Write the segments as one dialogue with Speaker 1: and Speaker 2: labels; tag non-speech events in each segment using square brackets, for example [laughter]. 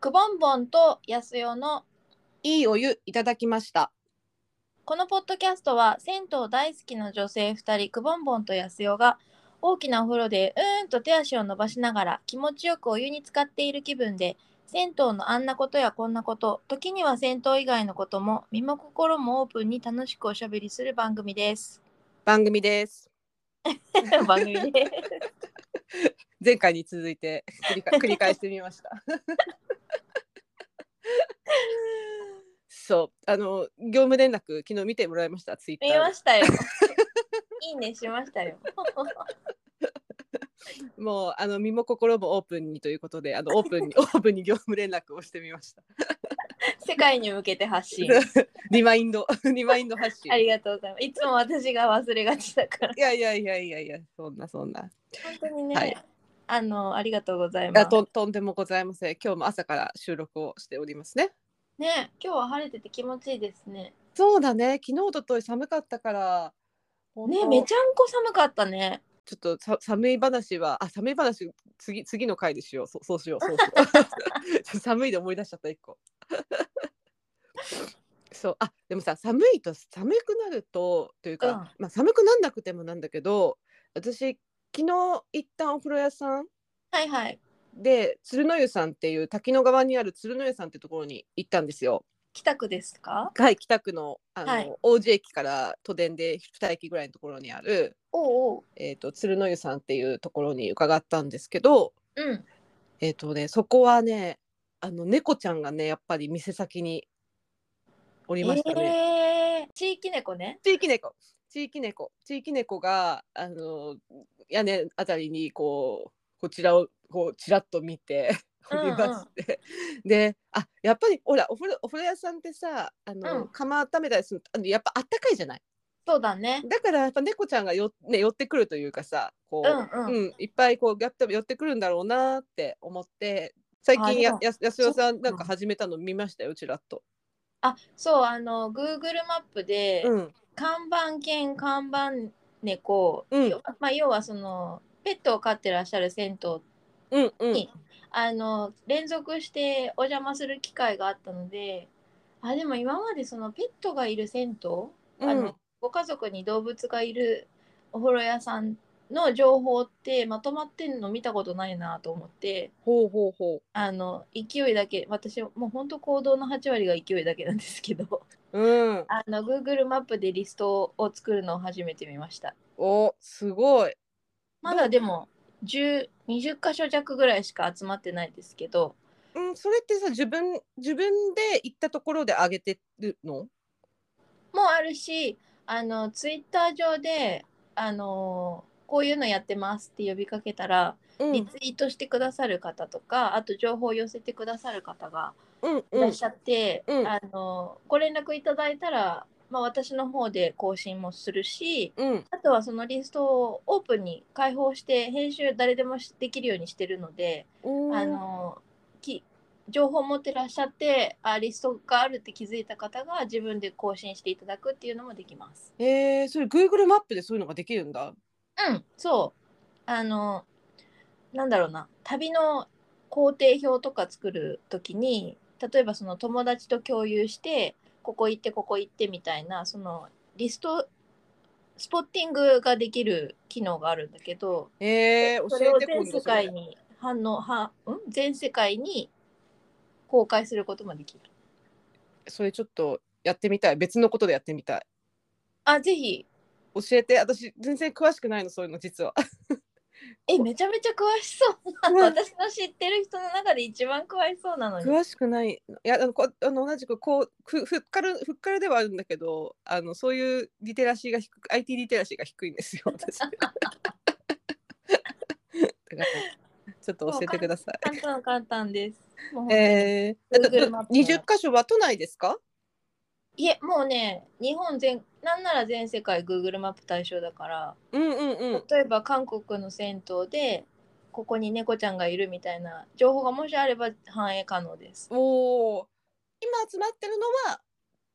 Speaker 1: くぼんぼんとやすよの
Speaker 2: いいお湯いただきました。
Speaker 1: このポッドキャストは銭湯大好きな女性2人くぼんぼんとやすよが大きなお風呂でうーんと手足を伸ばしながら気持ちよくお湯に浸かっている気分で銭湯のあんなことやこんなこと時には銭湯以外のことも身も心もオープンに楽しくおしゃべりする番組です
Speaker 2: 番組です。
Speaker 1: [laughs] 番組です
Speaker 2: 前回に続いて繰りか [laughs] 繰り返してみました。そう、あの業務連絡昨日見てもらいました。ツイッタ
Speaker 1: 見
Speaker 2: ー
Speaker 1: ま [laughs] したよいいねしましたよ
Speaker 2: で。もうあの身も心もオープンにということで、あのオープ [laughs] ンにオープンに業務連絡をしてみました。
Speaker 1: 世界に向けて発信
Speaker 2: [laughs] リマインド、リマインド発信
Speaker 1: あ。りがとうございますいつも私が忘れがちだから
Speaker 2: いやいやいやいやいや、そんなそんな。
Speaker 1: 本当にね、
Speaker 2: はい
Speaker 1: あのありがとうございま
Speaker 2: あ
Speaker 1: す。
Speaker 2: ととんでもございません。今日も朝から収録をしておりますね。
Speaker 1: ね今日は晴れてて気持ちいいですね。
Speaker 2: そうだね。昨日一昨日寒かったから。本
Speaker 1: ね
Speaker 2: 当
Speaker 1: めちゃんこ寒かったね。
Speaker 2: ちょっとさ寒い話はあ寒い話次次の回でしようそうそうしようそうしようちょっと寒いで思い出しちゃった一個そうあでもさ寒いと寒くなるとというか、
Speaker 1: うん
Speaker 2: まあ、寒くなんなくてもなんだけど私昨日一旦お風呂屋さん
Speaker 1: はいはい。
Speaker 2: で鶴の湯さんっていう滝野川にある鶴の湯さんってところに行ったんですよ。
Speaker 1: 北区ですか？
Speaker 2: はい北区のあの、
Speaker 1: はい
Speaker 2: 王子駅から都電で2駅ぐらいのところにある、
Speaker 1: おうおう。
Speaker 2: えー、と鶴の湯さんっていうところに伺ったんですけど、
Speaker 1: うん。
Speaker 2: えっ、とね、そこはね、あの猫ちゃんがね、やっぱり店先におりましたね。
Speaker 1: えー、地域猫ね。
Speaker 2: 地域猫、地域猫、地域猫が、あの、屋根あたりに、こう、こちらを、こう、ちらっと見ておりまして。で、あ、やっぱり、ほら、お風呂、お風呂屋さんってさ、あの、
Speaker 1: うん
Speaker 2: 釜温めたりすると、あのやっぱあったかいじゃない。
Speaker 1: そうだね。
Speaker 2: だから、やっぱ猫ちゃんがよ、ね、寄ってくるというかさ、こう、
Speaker 1: うんうん。
Speaker 2: うん、いっぱいこうやって寄ってくるんだろうなって思って最
Speaker 1: あ
Speaker 2: 近
Speaker 1: で
Speaker 2: や
Speaker 1: も
Speaker 2: ややすよさんなん
Speaker 1: そっか
Speaker 2: か始めたの見ましたよちらっと。
Speaker 1: あそうあの Google マップで、
Speaker 2: うん
Speaker 1: 看板犬看板猫、
Speaker 2: うん
Speaker 1: 要はまあ要はそのペットを飼ってらっしゃる銭湯
Speaker 2: うんう
Speaker 1: いい
Speaker 2: ん、
Speaker 1: あの連続してお邪魔する機会があったのであでも今までそのペットがいる銭湯、あ
Speaker 2: う
Speaker 1: の
Speaker 2: ん
Speaker 1: ご家族に動物がいるお風呂屋さんの情報ってまとまってんの見たことないなと思って
Speaker 2: ほうほうほ
Speaker 1: あの勢いだけ私もうほんと行動の8割が勢いだけなんですけど [laughs]
Speaker 2: う。うん、
Speaker 1: あの Google マップでリストを作るのを初めて見ました
Speaker 2: おすごい。
Speaker 1: まだでも10 20箇所弱ぐらいしか集まってないですけど
Speaker 2: うん、それってさ自分自分で行ったところで上げてるの
Speaker 1: もあるしあのツイッター上であのこういうのやってますって呼びかけたら、
Speaker 2: うん
Speaker 1: リツイートしてくださる方とかあと情報を寄せてくださる方が
Speaker 2: うん
Speaker 1: いらっしゃって、
Speaker 2: うん
Speaker 1: あのご連絡いただいたら、まあ、私の方で更新もするし
Speaker 2: うん
Speaker 1: あとはそのリストをオープンに開放して編集誰でもしできるようにしてるので、
Speaker 2: うん。
Speaker 1: あのき情報を持ってらっしゃってあリストがあるって気づいた方が自分で更新していただくっていうのもできます。
Speaker 2: えー、それ Google マップでそういうのができるんだ。
Speaker 1: うん、そうあのなんだろうな旅の工程表とか作る時に例えばその友達と共有してここ行ってここ行ってみたいなそのリストスポッティングができる機能があるんだけど、
Speaker 2: えー、
Speaker 1: そ
Speaker 2: 教
Speaker 1: れを
Speaker 2: えて
Speaker 1: 全世界に反応は、うん、全世界に公開することもできる。
Speaker 2: それちょっとやってみたい別のことでやってみたい。
Speaker 1: あぜひ
Speaker 2: 教えて私全然詳しくないのそういうの実は。
Speaker 1: えめちゃめちゃ詳しそう
Speaker 2: うん
Speaker 1: な [laughs] 私の知ってる人の中で一番詳しそうなのに。
Speaker 2: 詳しくないいやあのこあの同じくこうふふっからふっからではあるんだけどあのそういうリテラシーが低く IT リテラシーが低いんで
Speaker 1: [laughs]
Speaker 2: すよ私だからちょっと教えてください
Speaker 1: 簡単簡単です。もう本当に
Speaker 2: えー、えっと
Speaker 1: Google マップ
Speaker 2: 20箇所は都内ですか
Speaker 1: いえもうね日本全なんなら全世界 Google マップ対象だから
Speaker 2: うんうんうん
Speaker 1: 例えば韓国の銭湯でここに猫ちゃんがいるみたいな情報がもしあれば反映可能です。
Speaker 2: おー今集まってるのは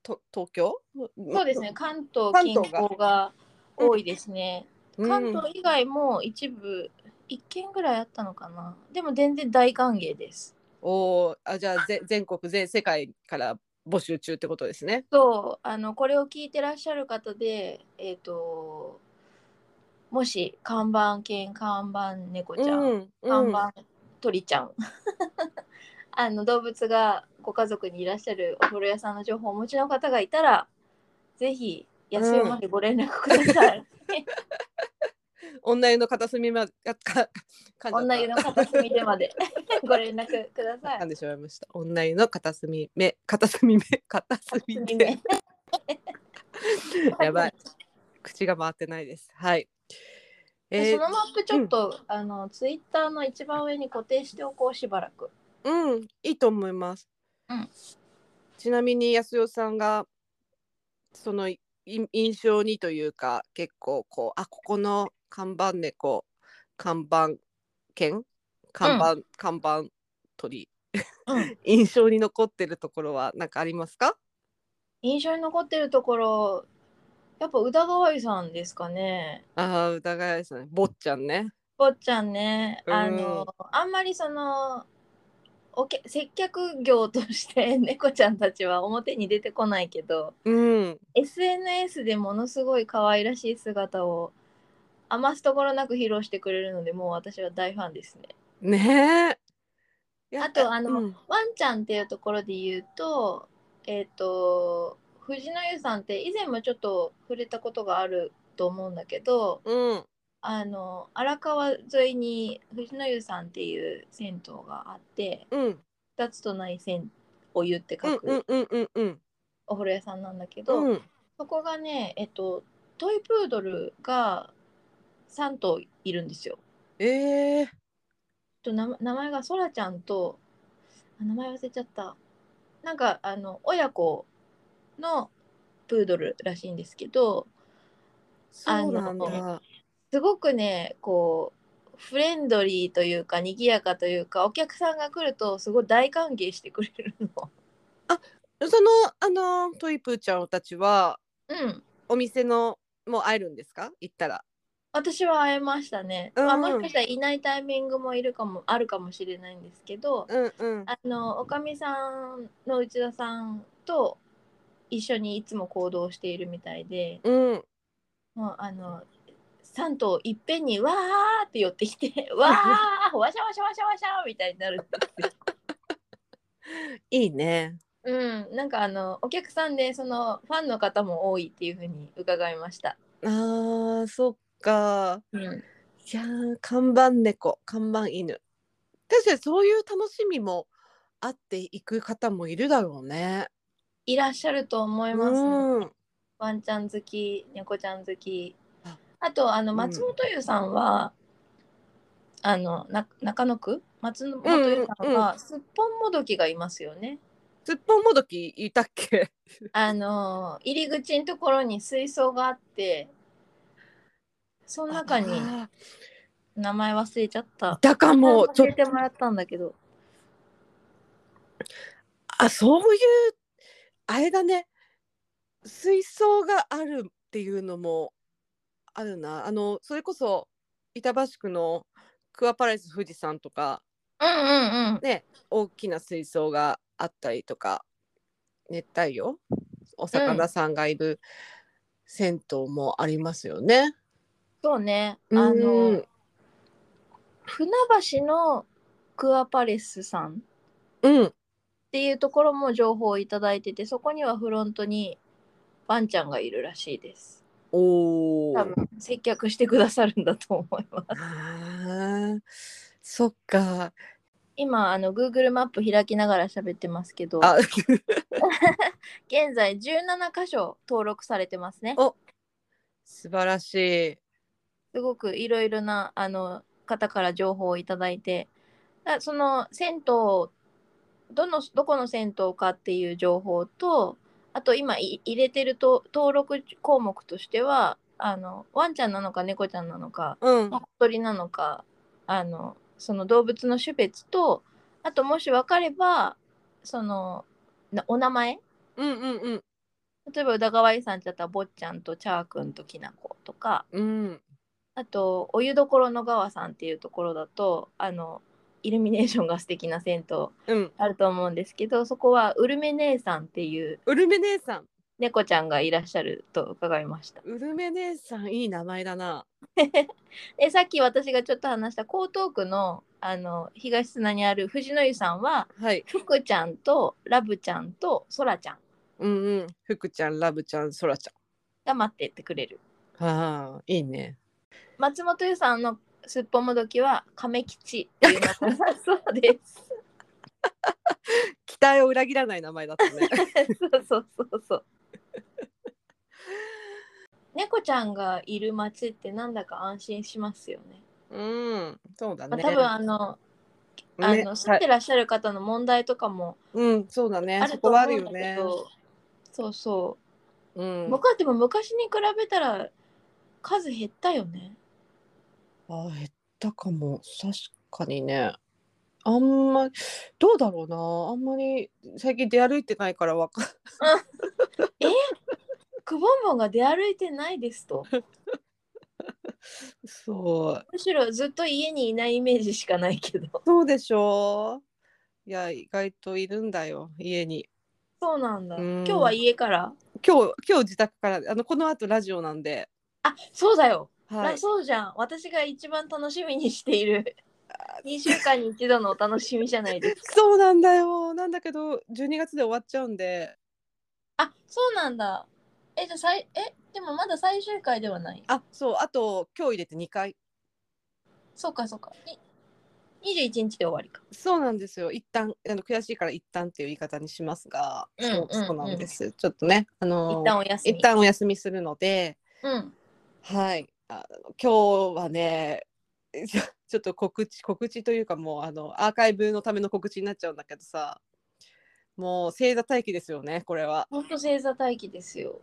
Speaker 2: と東京
Speaker 1: そ
Speaker 2: そう
Speaker 1: ですね関東
Speaker 2: 関
Speaker 1: 近
Speaker 2: 東が
Speaker 1: 郊が多いですね。関
Speaker 2: うん
Speaker 1: 東以外も一部1件ぐらいあったのかなでも全然大歓迎です。
Speaker 2: おーあじゃあぜ全国全世界から募集中ってことですね。
Speaker 1: そうあのこれを聞いてらっしゃる方でえっ、ともし看板犬看板猫ちゃん、
Speaker 2: ん、
Speaker 1: 看板鳥ちゃん [laughs] あの動物がご家族にいらっしゃるお風呂屋さんの情報をお持ちの方がいたらぜひ安いまでご連絡ください。
Speaker 2: 女湯の片隅ま [laughs] であかか
Speaker 1: [laughs] 女湯の片隅でまで [laughs] ご連絡くださ
Speaker 2: 噛ん
Speaker 1: い。
Speaker 2: でしまいました。女湯の片隅目片隅目 [laughs] 片隅目 [laughs] やばい口が回ってないです。はい。
Speaker 1: で
Speaker 2: え
Speaker 1: そ
Speaker 2: ー
Speaker 1: のマップちょっと、あのツイッターの一番上に固定しておこうしばらく。
Speaker 2: うんいいと思います。
Speaker 1: うん
Speaker 2: ちなみに安代さんがそのい印象にというか結構こうあここの看板猫看板犬看板、看板鳥
Speaker 1: うん、
Speaker 2: 印象に残ってるところは何かありますか
Speaker 1: 印象に残ってるところやっぱ宇田川優さんですかね。
Speaker 2: ああ疑いですね坊ちゃんね。
Speaker 1: 坊っちゃんね
Speaker 2: うん
Speaker 1: あの、あんまりそのおけ接客業として [laughs] 猫ちゃんたちは表に出てこないけど
Speaker 2: うん、
Speaker 1: SNS でものすごい可愛らしい姿を余すところなく披露してくれるのでもう私は大ファンですね。
Speaker 2: ねえ。
Speaker 1: あとあの
Speaker 2: うん
Speaker 1: ワンちゃんっていうところで言うと、えっ、と、藤野優さんって以前もちょっと触れたことがあると思うんだけど、
Speaker 2: うん、
Speaker 1: あの、荒川沿いに藤野湯さんっていう銭湯があって、
Speaker 2: うん、
Speaker 1: 二つとない銭お湯って
Speaker 2: う
Speaker 1: 書
Speaker 2: ん、うん
Speaker 1: く、
Speaker 2: うん、うん、うん、
Speaker 1: お風呂屋さんなんだけど、
Speaker 2: うん、
Speaker 1: そこがね、えっと、トイプードルが3頭いるんですよ。
Speaker 2: ええ
Speaker 1: と名前名前がそらちゃんとあ名前忘れちゃったなんかあの親子のプードルらしいんですけど
Speaker 2: そうなん
Speaker 1: あ
Speaker 2: だ。
Speaker 1: すごくねこうフレンドリーというか賑やかというかお客さんが来るとすごい大歓迎してくれるの。
Speaker 2: そのあのトイプーちゃんたちは
Speaker 1: うん
Speaker 2: お店のもう会えるんですか？行ったら。
Speaker 1: 私は会えましたね、
Speaker 2: うんうん
Speaker 1: まあ、もしかしたらいないタイミングもいるかもあるかもしれないんですけど、
Speaker 2: うんうん。
Speaker 1: あのおかみさんの内田さんと一緒にいつも行動しているみたいで、
Speaker 2: うん。
Speaker 1: もうあの3頭いっぺんにわーって寄ってき [laughs] てわーわしゃわしゃわしゃわしゃみたいになる、
Speaker 2: いいね。
Speaker 1: うん、なんかあのお客さんでそのファンの方も多いっていうふうに伺いました、
Speaker 2: ああ、そっか。
Speaker 1: うん、
Speaker 2: いやー看板猫、看板犬。確かにそういう楽しみもあっていく方もいるだろうね。
Speaker 1: いらっしゃると思います、
Speaker 2: うん。
Speaker 1: ワンちゃん好き猫ちゃん好き
Speaker 2: あ
Speaker 1: あとあの
Speaker 2: うん
Speaker 1: 松本優さんは、あのな中野区松本優さんはすっぽんもどきがいますよね、
Speaker 2: すっぽんもどきいたっけ？
Speaker 1: あ
Speaker 2: [laughs]
Speaker 1: のー入り口のところに水槽があってその中に
Speaker 2: あ
Speaker 1: 名前忘れちゃっ
Speaker 2: ーい
Speaker 1: た
Speaker 2: たかも。ち
Speaker 1: 教
Speaker 2: ょ
Speaker 1: えてもらったんだけど
Speaker 2: あそういうあれだね水槽があるっていうのもあるなあのそれこそ板橋区のクアパレス富士山とか
Speaker 1: うんうんうん
Speaker 2: ね大きな水槽があったりとか熱帯魚お魚さんがいる銭湯もありますよね。
Speaker 1: そうねあ
Speaker 2: うん、
Speaker 1: のー船橋のクアパレスさんっ
Speaker 2: うん、
Speaker 1: ていうところも情報をいただいててそこにはフロントにワンちゃんがいるらしいです
Speaker 2: おお
Speaker 1: 多分接客してくださるんだと思います
Speaker 2: あーそっか
Speaker 1: 今あの Google マップ開きながら喋ってますけど
Speaker 2: あ [laughs]
Speaker 1: 現在17箇所登録されてますね
Speaker 2: 素晴らしい。
Speaker 1: すごくいろいろなあの方から情報をいただいてだその銭湯どのどこの銭湯かっていう情報とあと今い入れてると登録項目としてはあのワンちゃんなのか猫ちゃんなのか
Speaker 2: うん
Speaker 1: 小鳥なのかあのその動物の種別とあともし分かればそのなお名前
Speaker 2: うんうんうん
Speaker 1: 例えば宇田川井さんだったら坊ちゃんとチャーくんときなことか
Speaker 2: うん
Speaker 1: あとお湯どころの川さんっていうところだとあのイルミネーションが素敵な銭湯
Speaker 2: うん。
Speaker 1: あると思うんですけどそこはウルメ姉さんっていう
Speaker 2: ウルメ姉さん。
Speaker 1: 猫ちゃんがいらっしゃると伺いました。
Speaker 2: ウルメ姉さん、いい名前だな。
Speaker 1: でさっき私がちょっと話した江東区のあの東砂にある藤の湯さんは
Speaker 2: はい。
Speaker 1: 福ちゃんとラブちゃんとソラちゃん
Speaker 2: うんうん。福ちゃん、ラブちゃん、ソラち
Speaker 1: が待ってってくれる
Speaker 2: ゃん。ああ、いいね。
Speaker 1: 松本湯さんのすっぽもどきは亀吉っていうのが [laughs] そうです
Speaker 2: 期待を裏切らない名前だったね。
Speaker 1: そうそうそうそう猫ちゃんがいる町ってなんだか安心しますよね
Speaker 2: うん。そうだ
Speaker 1: まあ、
Speaker 2: ね。
Speaker 1: 多分あの,、あ
Speaker 2: ね
Speaker 1: の住んでらっしゃる方の問題とかも
Speaker 2: うん、そうだね
Speaker 1: あ。
Speaker 2: そ
Speaker 1: ると
Speaker 2: こはあ
Speaker 1: 思う
Speaker 2: る
Speaker 1: ん
Speaker 2: よ
Speaker 1: だけ
Speaker 2: ね。
Speaker 1: ど、そうそう
Speaker 2: うん。
Speaker 1: 僕はでも昔に比べたら数減ったよね。
Speaker 2: あー減ったかも確かにねあんまりどうだろうなあんまり最近出歩いてないからわかん
Speaker 1: くぼんぼんが出歩いてないですと。
Speaker 2: そう
Speaker 1: むしろずっと家にいないイメージしかないけど。
Speaker 2: そうでしょういや意外といるんだよ家に
Speaker 1: そうなんだ。
Speaker 2: うん
Speaker 1: 今日は家から。
Speaker 2: 今日今日自宅からあのこの後ラジオなんで
Speaker 1: あそうだよ、
Speaker 2: はい
Speaker 1: あそうじゃん。私が一番楽しみにしている2週間に一度のお楽しみじゃないですか。
Speaker 2: そうなんだよなんだけど12月で終わっちゃうんで
Speaker 1: あそうなんだ。え、じゃあさいえでもまだ最終回ではない。
Speaker 2: あそうあと今日入れて2回
Speaker 1: そうかそうか。に21日で終わりか。
Speaker 2: そうなんですよ一旦あの悔しいから一旦っていう言い方にしますが、
Speaker 1: うん
Speaker 2: そう
Speaker 1: うん
Speaker 2: そうな
Speaker 1: うんん
Speaker 2: ですちょっとねあの
Speaker 1: 一旦お休み。
Speaker 2: 一旦お休みするので、
Speaker 1: うん。
Speaker 2: はい、あの今日はね、 [laughs] ちょちょっと告知告知というかもうあのアーカイブのための告知になっちゃうんだけどさ、もう正座待機ですよねこれは。
Speaker 1: ほんと正座待機ですよ。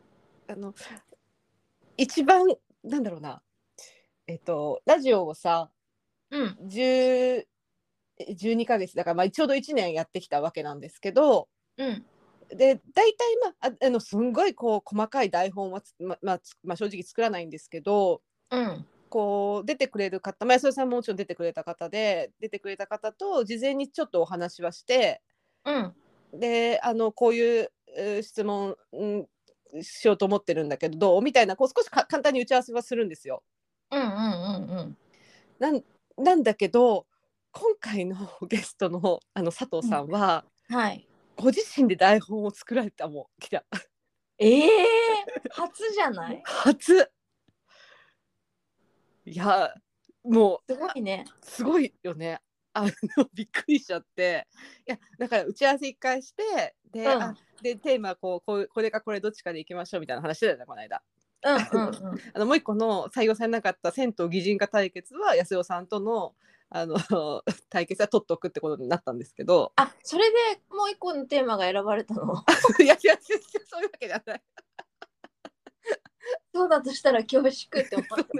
Speaker 2: あの一番なんだろうな、えっとラジオをさ
Speaker 1: うん。
Speaker 2: 10 12ヶ月だから、まあ、ちょうど1年やってきたわけなんですけど、
Speaker 1: うん。
Speaker 2: で大体まあああのすんごいこう細かい台本はつままあつまあ正直作らないんですけど、
Speaker 1: うん。
Speaker 2: こう出てくれる方、まあ、安田さんももちろん出てくれた方で出てくれた方と事前にちょっとお話はして
Speaker 1: うん。
Speaker 2: であのこういうえー質問うんしようと思ってるんだけどどうみたいなこう少しか簡単に打ち合わせはするんですよ。
Speaker 1: うんうんうんうん。
Speaker 2: なんなんだけど今回の [laughs] ゲストのあの佐藤さんは、
Speaker 1: はい。
Speaker 2: ご自身で台本を作られたもん来た
Speaker 1: ええ [laughs] 初じゃない
Speaker 2: 初いやもう
Speaker 1: すごいね。
Speaker 2: すごいよね。あの [laughs] びっくりしちゃっていやだから打ち合わせ一回してで,、
Speaker 1: うん
Speaker 2: あでテーマこうこうこれかこれどっちかでいきましょうみたいな話してたよねこの間
Speaker 1: うんうんうん。
Speaker 2: あのもう一個の採用されなかった銭湯擬人化対決は安代さんとのあの [laughs] 対決は取っとくってことになったんですけど
Speaker 1: [laughs]
Speaker 2: [laughs]
Speaker 1: あそれでもう一個のテーマが選ばれたの
Speaker 2: いやいやいやそういうわけじゃない
Speaker 1: [laughs] そうだとしたら恐縮って思
Speaker 2: そんな
Speaker 1: っ
Speaker 2: こと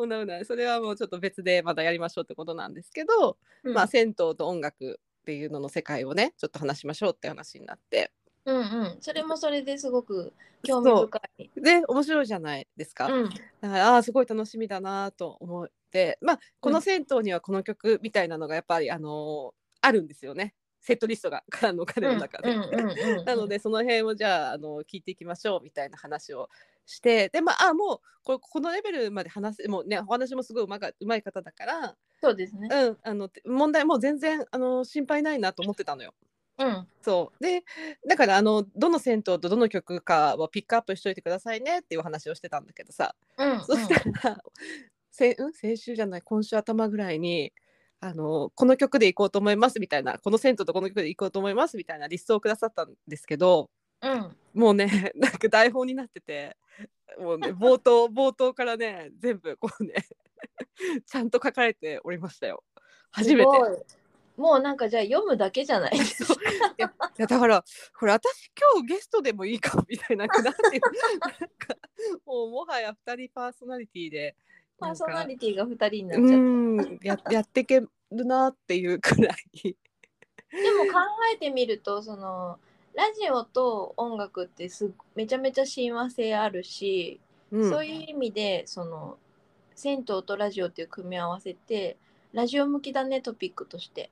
Speaker 2: そんなことないそれはもうちょっと別でまたやりましょうってことなんですけど、
Speaker 1: た。
Speaker 2: [laughs] まあ、銭湯と音楽っていうのの世界をねちょっと話しましょうって話になって。
Speaker 1: うんうん。それもそれですごく興味深い。
Speaker 2: で面白いじゃないですか、
Speaker 1: うん
Speaker 2: だからあーすごい楽しみだなと思ってまあこ
Speaker 1: う
Speaker 2: の
Speaker 1: ん
Speaker 2: 銭湯にはこの曲みたいなのがやっぱり、あのーあるんですよねセットリストがあの彼の中で。
Speaker 1: うんうんうんうん
Speaker 2: [laughs] なのでその辺をじゃあ、あの聞いていきましょうみたいな話をしてでまああーもうここのレベルまで話せもうねお話もすごいうまかうまい方だから、
Speaker 1: そうですね。
Speaker 2: うん、あの問題もう全然、あの心配ないなと思ってたのよ。
Speaker 1: うん
Speaker 2: そうでだからあのどの銭湯とどの曲かをピックアップしといてくださいねっていうお話をしてたんだけどさ、
Speaker 1: うんうん。
Speaker 2: そしたらせ、うん、先週じゃない今週頭ぐらいにあのこの曲で行こうと思いますみたいなこの銭湯とこの曲で行こうと思いますみたいなリストをくださったんですけど
Speaker 1: うん。
Speaker 2: も
Speaker 1: [laughs]
Speaker 2: うねなんか台本になっててもうね冒頭冒頭からね全部こうねちゃんと書かれておりましたよ初めて。
Speaker 1: すごい。もうなんかじゃあ読むだけじゃ
Speaker 2: [laughs]
Speaker 1: ないですか。
Speaker 2: いやだからこれ私今日ゲストでもいいかもみたいなくなってるなんかもうもはや2人パーソナリティで
Speaker 1: [laughs] パーソナ
Speaker 2: テ
Speaker 1: リティが二人になっ
Speaker 2: う
Speaker 1: ちゃっ
Speaker 2: んややってけるなっていうくらい
Speaker 1: た。でも考えてみるとそのラジオと音楽ってすっめちゃめちゃ親和性あるし、
Speaker 2: うん
Speaker 1: そういう意味でその銭湯とラジオっていう組み合わせってラジオ向きだねトピックとして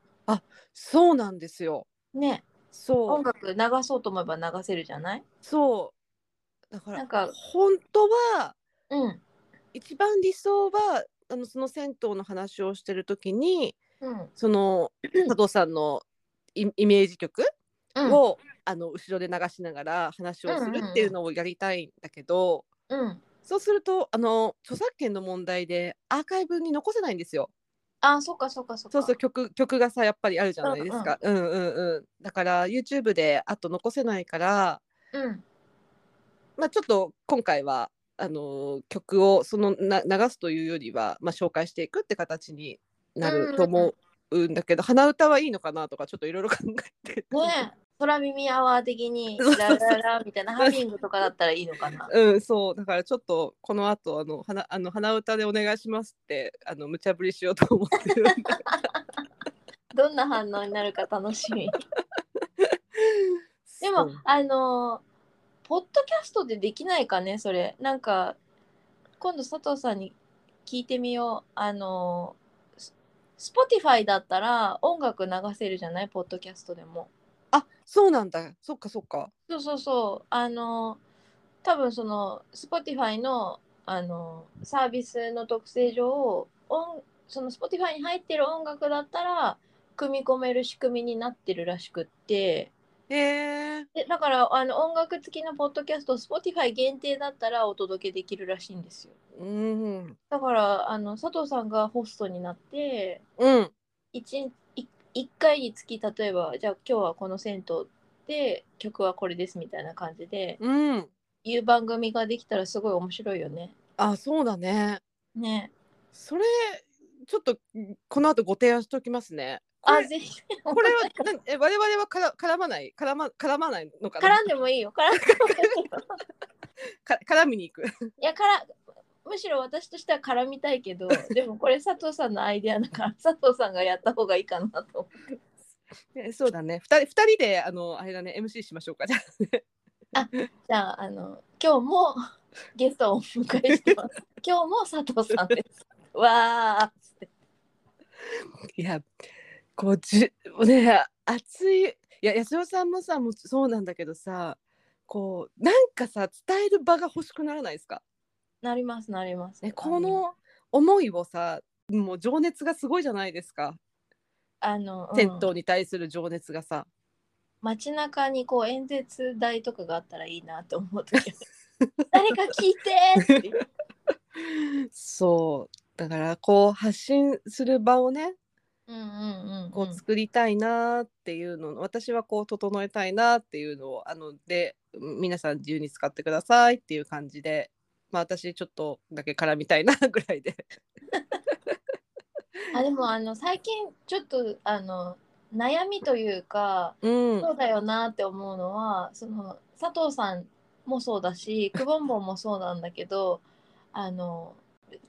Speaker 2: そうなんですよ。
Speaker 1: ね
Speaker 2: そ
Speaker 1: 音
Speaker 2: う。
Speaker 1: 楽流そうと思えば流せるじゃない
Speaker 2: そう。だか
Speaker 1: なん
Speaker 2: ら、
Speaker 1: か
Speaker 2: 本当は、
Speaker 1: うん
Speaker 2: 一番理想は、あの、その銭湯の話をしてるときに、
Speaker 1: うん [clears throat]
Speaker 2: その、
Speaker 1: うん
Speaker 2: 佐藤さんのイイメージ曲
Speaker 1: うん
Speaker 2: を、あの、後ろで流しながら話をするっていうのをやりたいんだけど、
Speaker 1: うん
Speaker 2: そうすると、あの、著作権の問題で、アーカイブに残せないんですよ。
Speaker 1: あそっかそっかそっ
Speaker 2: そう
Speaker 1: か
Speaker 2: そう曲曲がさやっぱりあるじゃないですか。うんうんうん。だから YouTube であと残せないから、
Speaker 1: うん
Speaker 2: まあちょっと今回はあのー曲をそのな流すというよりはまあ紹介していくって形になると思うんだけど、鼻歌はいいのかなとかちょっといろいろ考えて。
Speaker 1: ねえ空耳アワー的に
Speaker 2: そう
Speaker 1: ラララみたいなハミングとかだったらいいのかな
Speaker 2: うん、そうだからちょっとこの後あの花あの鼻歌でお願いしますってあの無茶ぶりしようと思ってるんで
Speaker 1: どんな反応になるか楽しみで
Speaker 2: そ
Speaker 1: も
Speaker 2: う
Speaker 1: あのーポッドキャストでできないかねそれなんか今度佐藤さんに聞いてみようあのース Spotify だったら音楽流せるじゃないポッドキャストでも
Speaker 2: あそうなんだそっかそっか
Speaker 1: そうそうそうあのー多分その Spotify のあのーサービスの特性上音その Spotify に入ってる音楽だったら組み込める仕組みになってるらしくって
Speaker 2: へえ
Speaker 1: でだからあの音楽付きのポッドキャスト Spotify 限定だったらお届けできるらしいんですよ
Speaker 2: うん
Speaker 1: だからあの佐藤さんがホストになって
Speaker 2: うん
Speaker 1: 1, 1回につき例えばじゃあ今日はこの銭湯で曲はこれですみたいな感じで
Speaker 2: うん。
Speaker 1: いう番組ができたらすごい面白いよね。
Speaker 2: あ、そうだね。
Speaker 1: ね
Speaker 2: それ、ちょっと、この後ご提案しておきますね。こ
Speaker 1: あ
Speaker 2: れ
Speaker 1: ぜひ
Speaker 2: [laughs] これは、なんえ、我々はから、絡まない、絡ま、絡まないのかな。
Speaker 1: 絡んでもいいよ絡んでもいいよ
Speaker 2: か絡みに [laughs] 行く。
Speaker 1: いやからむしろ私としては絡みたいけどでもこれ佐藤さんのアイデアだから佐藤さんがやった方がいいかなと思う
Speaker 2: ねそうだね。二人、二人で、あの、あれだね、M. C. しましょうか。じゃあ
Speaker 1: じゃあ、あの、今日 [laughs] もゲストをお迎えしてます。今日も佐藤さんです。わーっつって。
Speaker 2: [laughs] いや、こう、じゅ、ね、熱い。いや、安代さんもさ、もうそうなんだけどさ。こう、なんかさ、伝える場が欲しくならないですか。
Speaker 1: なります、なります。
Speaker 2: ね、この思いをさ、もう情熱がすごいじゃないですか。
Speaker 1: あの、あの、
Speaker 2: 銭
Speaker 1: うん
Speaker 2: 湯に対する情熱がさ。
Speaker 1: 街中にこう演説台とかがあったらいいなと思うと [laughs] き。誰か聞いてー [laughs] って。
Speaker 2: そうだからこう発信する場をね
Speaker 1: うんうんうん、
Speaker 2: こ
Speaker 1: うん
Speaker 2: う作りたいなっていうの、私はこう整えたいなっていうのをあので皆さん自由に使ってくださいっていう感じで、まあ、私ちょっとだけ絡みたいなぐらいで
Speaker 1: あ、でも、あの、最近ちょっと、あの、悩みというか。
Speaker 2: うん
Speaker 1: そうだよなって思うのはその佐藤さんもそうだ
Speaker 2: [laughs]
Speaker 1: しくぼんぼんもそうなんだけどあの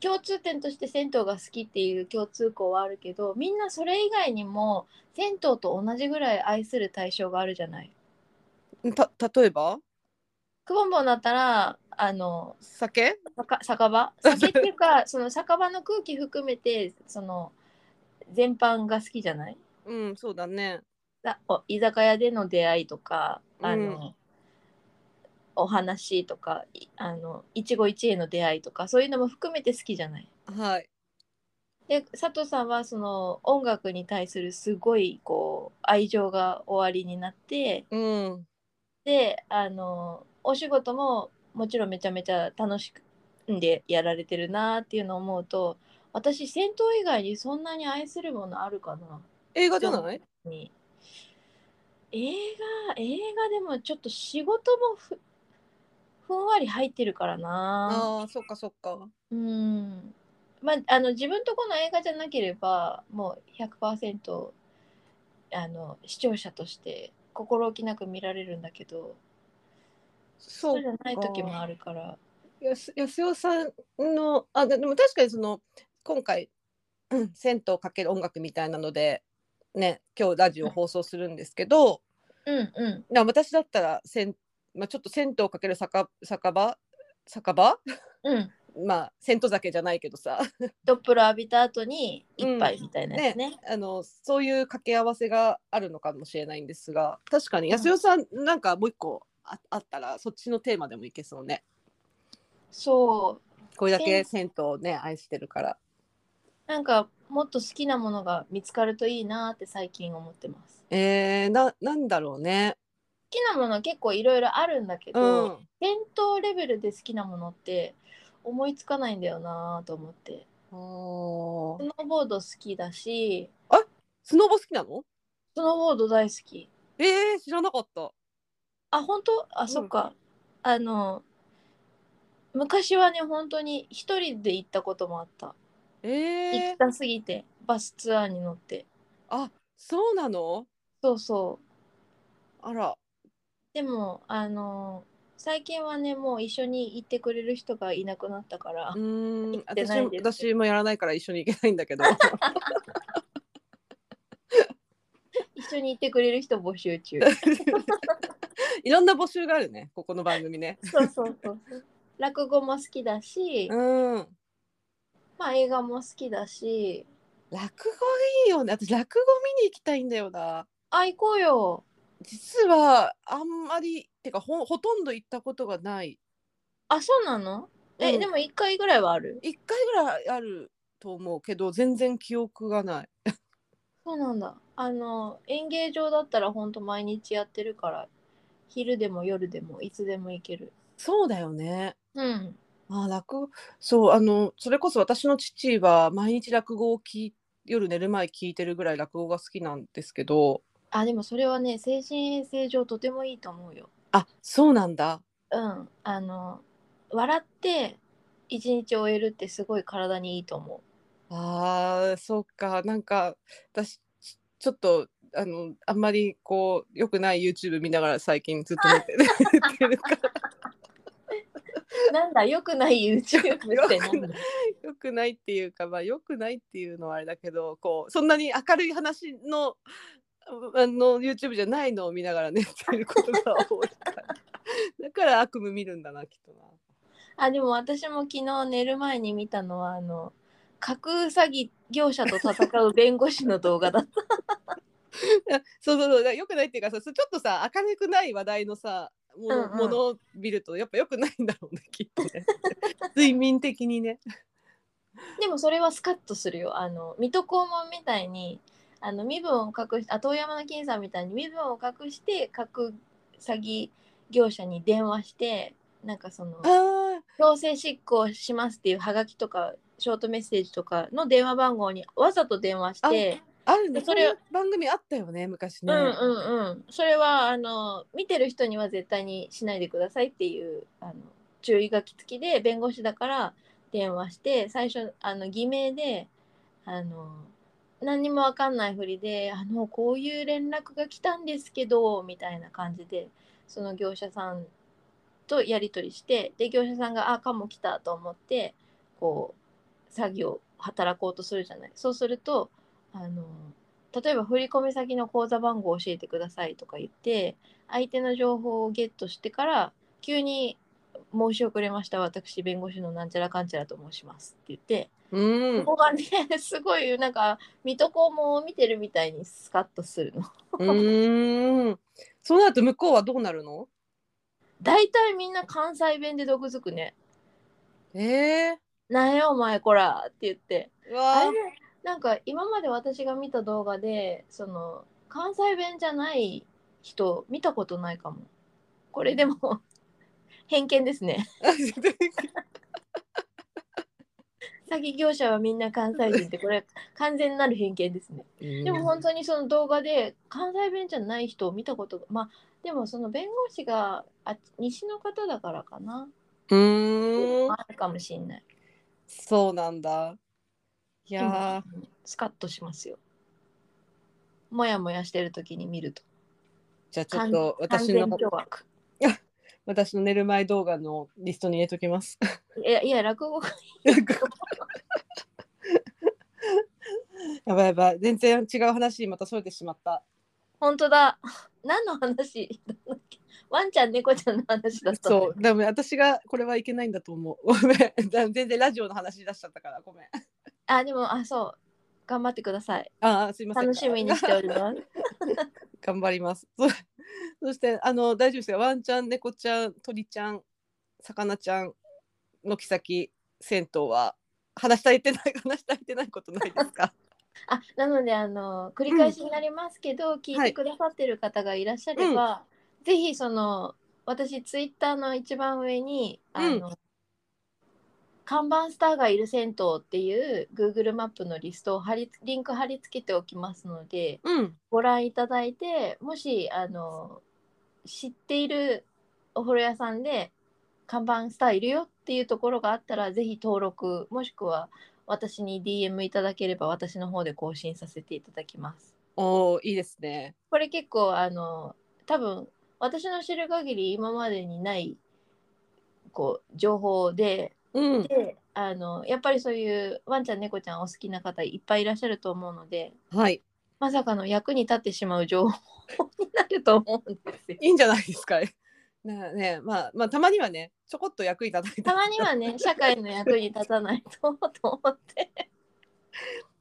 Speaker 1: 共通点として銭湯が好きっていう共通項はあるけどみんなそれ以外にも銭湯と同じぐらい愛する対象があるじゃない。
Speaker 2: た例えば
Speaker 1: くぼんぼんだったらあの
Speaker 2: 酒
Speaker 1: 酒酒場酒っていうかその酒場の空気含めてその全般が好きじゃない
Speaker 2: うんそうだね
Speaker 1: だお居酒屋での出会いとかあの、
Speaker 2: うん
Speaker 1: お話とかいあの一期一会の出会いとかそういうのも含めて好きじゃない。
Speaker 2: はい
Speaker 1: で佐藤さんはその音楽に対するすごいこう愛情が終わりになって
Speaker 2: うん
Speaker 1: であのお仕事ももちろんめちゃめちゃ楽しくんでやられてるなっていうのを思うと私銭湯以外にそんなに愛するものあるかな
Speaker 2: 映画じゃない
Speaker 1: に映画映画でもちょっと仕事もふふんわり入ってるからな
Speaker 2: ああーそっかそっか
Speaker 1: うんまああの自分とこの映画じゃなければもう100%あの視聴者として心置きなく見られるんだけど
Speaker 2: そ
Speaker 1: そううじゃない時も
Speaker 2: か
Speaker 1: あるから
Speaker 2: やす安代さんのあででも確かにその今回、うん、銭湯かける音楽みたいなのでね今日ラジオ放送するんですけど、
Speaker 1: うんうん
Speaker 2: な私だったらせん、まあ、ちょっと銭湯かける酒酒場酒場 [laughs]
Speaker 1: うん
Speaker 2: まあ千と酒じゃないけどさ
Speaker 1: ドップロ浴びた後に一杯みたいなやつね。
Speaker 2: あのそういう掛け合わせがあるのかもしれないんですが確かに安代さん、なんかもう一個ああったらそっちのテーマでもいけそうね
Speaker 1: そう
Speaker 2: これだけ銭湯をね愛してるから
Speaker 1: なんかもっと好きなものが見つかるといいなって最近思ってます。
Speaker 2: えー、ななんだろうね
Speaker 1: 好きなもの結構いろいろあるんだけ
Speaker 2: うん
Speaker 1: ど、伝統レベルで好きなものって思いつかないんだよなと思って
Speaker 2: あー
Speaker 1: スノーボード好きだし
Speaker 2: スノボ好きなの
Speaker 1: スノーボード大好き
Speaker 2: えー、知らなかった
Speaker 1: あ本当あ、
Speaker 2: ん
Speaker 1: そっかあの昔はね本当に一人で行ったこともあった
Speaker 2: え
Speaker 1: 行
Speaker 2: ー
Speaker 1: き、たすぎてバスツアーに乗って
Speaker 2: あそうなの
Speaker 1: そうそう
Speaker 2: あら
Speaker 1: でもあの最近はねもう一緒に行ってくれる人がいなくなったから
Speaker 2: うー
Speaker 1: 行
Speaker 2: ん
Speaker 1: って
Speaker 2: 私
Speaker 1: ない
Speaker 2: も
Speaker 1: です
Speaker 2: 私もやらないから一緒に行けないんだけ
Speaker 1: [laughs]
Speaker 2: ど
Speaker 1: 一緒に行ってくれる人募集
Speaker 2: [laughs]
Speaker 1: 中
Speaker 2: いろんな募集があるねここの番組ね
Speaker 1: そうそうそうそう落語も好きだし、
Speaker 2: うん
Speaker 1: まあ映画も好きだし
Speaker 2: 落語いいよね私落語見に行きたいんだよな
Speaker 1: あ行こうよ
Speaker 2: 実はあんまりてかほほとんど行ったことがない
Speaker 1: あそうなのえ、
Speaker 2: うん
Speaker 1: でも1回ぐらいはある
Speaker 2: 1回ぐらいあると思うけど全然記憶がない
Speaker 1: そうなんだあの演芸場だったらほんと毎日やってるから昼でも夜でもいつでも行ける
Speaker 2: そうだよね
Speaker 1: うん
Speaker 2: あ落語そうあのそれこそ私の父は毎日落語を聞い夜寝る前聞いてるぐらい落語が好きなんですけど
Speaker 1: あでもそれはね精神衛生上とてもいいと思うよ
Speaker 2: あそうなんだ
Speaker 1: うんあの笑って一日終えるってすごい体にいいと思
Speaker 2: あーそっかなんか私ちちょっとあのあんまりこうよくない YouTube 見ながら最近ずっと見て見てるから
Speaker 1: [laughs] うなんだよくない YouTube ってなんだ
Speaker 2: よくないっていうかまあよくないっていうのはあれだけどこうそんなに明るい話のうあの YouTube じゃないのを見ながら [laughs] 寝てることが多いからだから悪夢見るんだなきっとな。
Speaker 1: あでも私も昨日寝る前に見たのはあの架空詐欺業者と戦う弁護士の動画だ
Speaker 2: [laughs]
Speaker 1: った
Speaker 2: そうそうそうだからよくないっていうかさちょっとさ明るくない話題のさもの,、
Speaker 1: うんうん
Speaker 2: ものを見るとやっぱよくないんだろうねきっとね [laughs] 睡眠的にね
Speaker 1: でもそれはスカッとするよあの水戸黄門みたいにあの身分を隠しあ遠山の金さんみたいに身分を隠して架空詐欺業者に電話してなんかその
Speaker 2: あ
Speaker 1: 強制執行しますっていうハガキとかショートメッセージとかの電話番号にわざと電話して、
Speaker 2: あるんだ
Speaker 1: そ
Speaker 2: そ
Speaker 1: れ
Speaker 2: れ番組あったよね昔ね、
Speaker 1: うんうんうんそれはあの見てる人には絶対にしないでくださいっていうあの注意書き付きで弁護士だから電話して最初あの偽名であの何にも分かんないふりで「あのこういう連絡が来たんですけど」みたいな感じでその業者さんとやり取りしてで業者さんが「あかも来た」と思ってこう作業働こうとするじゃない。そうするとあの例えば振込先の口座番号を教えてくださいとか言って相手の情報をゲットしてから急に「申し遅れました私弁護士のなんちゃらかんちゃらと申します」って言って、
Speaker 2: うん
Speaker 1: ここがね [laughs] すごいなんか水戸黄門を見てるみたいにスカッとするの。
Speaker 2: うーんそうなると向こうはどうなるの
Speaker 1: 大体みんな関西弁で毒づくね
Speaker 2: え
Speaker 1: 「なんやお前こら」って言って
Speaker 2: ー、うわ
Speaker 1: あ
Speaker 2: ー
Speaker 1: れなんか今まで私が見た動画でその関西弁じゃない人見たことないかもこれでも偏見ですね
Speaker 2: [laughs]
Speaker 1: 詐欺業者はみんな関西人ってこれ完全なる偏見ですねでも本当にその動画で関西弁じゃない人を見たことがまあでもその弁護士があ西の方だからかな
Speaker 2: うーん
Speaker 1: あるかもしんない
Speaker 2: そうなんだい
Speaker 1: い
Speaker 2: やー
Speaker 1: スカッとしますよもやもやしてる時に見ると
Speaker 2: じゃあちょっと
Speaker 1: 完
Speaker 2: 私
Speaker 1: 全
Speaker 2: の
Speaker 1: 凶悪
Speaker 2: 私の寝る前動画のリストに入れとき
Speaker 1: [laughs]
Speaker 2: ます
Speaker 1: いやいや落語家
Speaker 2: やばいやばい
Speaker 1: [laughs]
Speaker 2: 全然違う話にまたそれてしまった
Speaker 1: 本当だ何の話だっけワンちゃん猫ちゃんの話だった
Speaker 2: そうだめ私がこれはいけないんだと思うごめんだ全然ラジオの話出しちゃったからごめん
Speaker 1: あでもあそう頑張ってください
Speaker 2: あーすいません
Speaker 1: 楽しみにしております
Speaker 2: [laughs] 頑張ります [laughs] そそしてあの大丈夫ですよワンちゃん猫ちゃん鳥ちゃん魚ちゃん軒先銭湯は話したいってない話したいってないことないですか
Speaker 1: あなのであの繰り返しになりますけど、聞いてくださってる方がいらっしゃれば、ぜひその私ツイッターの一番上にあの、看板スターがいる銭湯っていう Google マップのリストを貼りリンク貼り付けておきますので
Speaker 2: [laughs] うん
Speaker 1: ご覧いただいてもしあの知っているお風呂屋さんで看板スターいるよっていうところがあったらぜひ登録もしくは私に DM いただければ私の方で更新させていただきます。
Speaker 2: おーいいですね
Speaker 1: これ結構あの多分私の知る限り今までにないこう情報で
Speaker 2: うん
Speaker 1: であのやっぱりそういうワンちゃん猫ちゃんお好きな方いっぱいいらっしゃると思うので
Speaker 2: はい
Speaker 1: まさかの役に立ってしまう情報になると思うんですよ。
Speaker 2: いいんじゃないですかねなねまあまあたまにはねちょこっと役に立たな
Speaker 1: [laughs] たま
Speaker 2: い
Speaker 1: にはね社会の役に立たないとと思って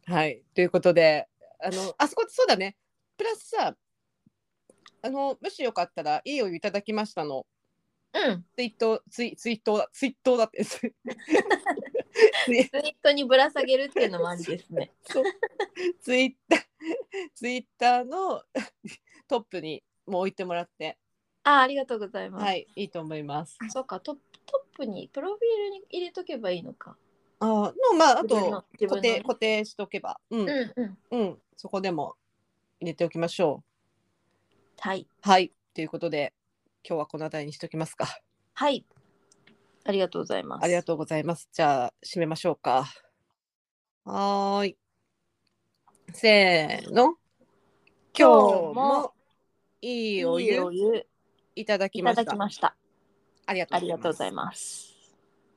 Speaker 2: はい、ということで、あの、あそこ、そうだね。プラスさ。あの、もしよかったら、いいお湯いただきましたの。
Speaker 1: うん
Speaker 2: ツイート、ツイ、ツイートだ、ツイートだって。ツイ
Speaker 1: ツイートにぶら下げるっていうのもありです [laughs] ね。
Speaker 2: そうツイッター、ツイッターのトップにも置いてもらって、
Speaker 1: あありがとうございます。
Speaker 2: はい、いいと思います。
Speaker 1: そうかトップトップにプロフィールに入れとけばいいのか。
Speaker 2: あの、まあ、あ
Speaker 1: 自分の
Speaker 2: と、
Speaker 1: 自
Speaker 2: 固
Speaker 1: 分の
Speaker 2: 定、
Speaker 1: ね
Speaker 2: 固定しとけば、う、
Speaker 1: うんんうん。
Speaker 2: うん、そこでも入れておきましょ
Speaker 1: はい。
Speaker 2: う。はい、ということで、今日はこの辺りにしときますか。
Speaker 1: はい。ありがとうございます。
Speaker 2: ありがとうございます。じゃあ、締めましょうか。はーい。せーの。今日もいいお
Speaker 1: いい
Speaker 2: 湯
Speaker 1: お湯
Speaker 2: いただき
Speaker 1: い
Speaker 2: ま
Speaker 1: た
Speaker 2: した。
Speaker 1: だきました。
Speaker 2: ありがと
Speaker 1: あ
Speaker 2: うご
Speaker 1: り
Speaker 2: ざ
Speaker 1: が
Speaker 2: い
Speaker 1: とう
Speaker 2: ま
Speaker 1: ござ
Speaker 2: す
Speaker 1: い。ます。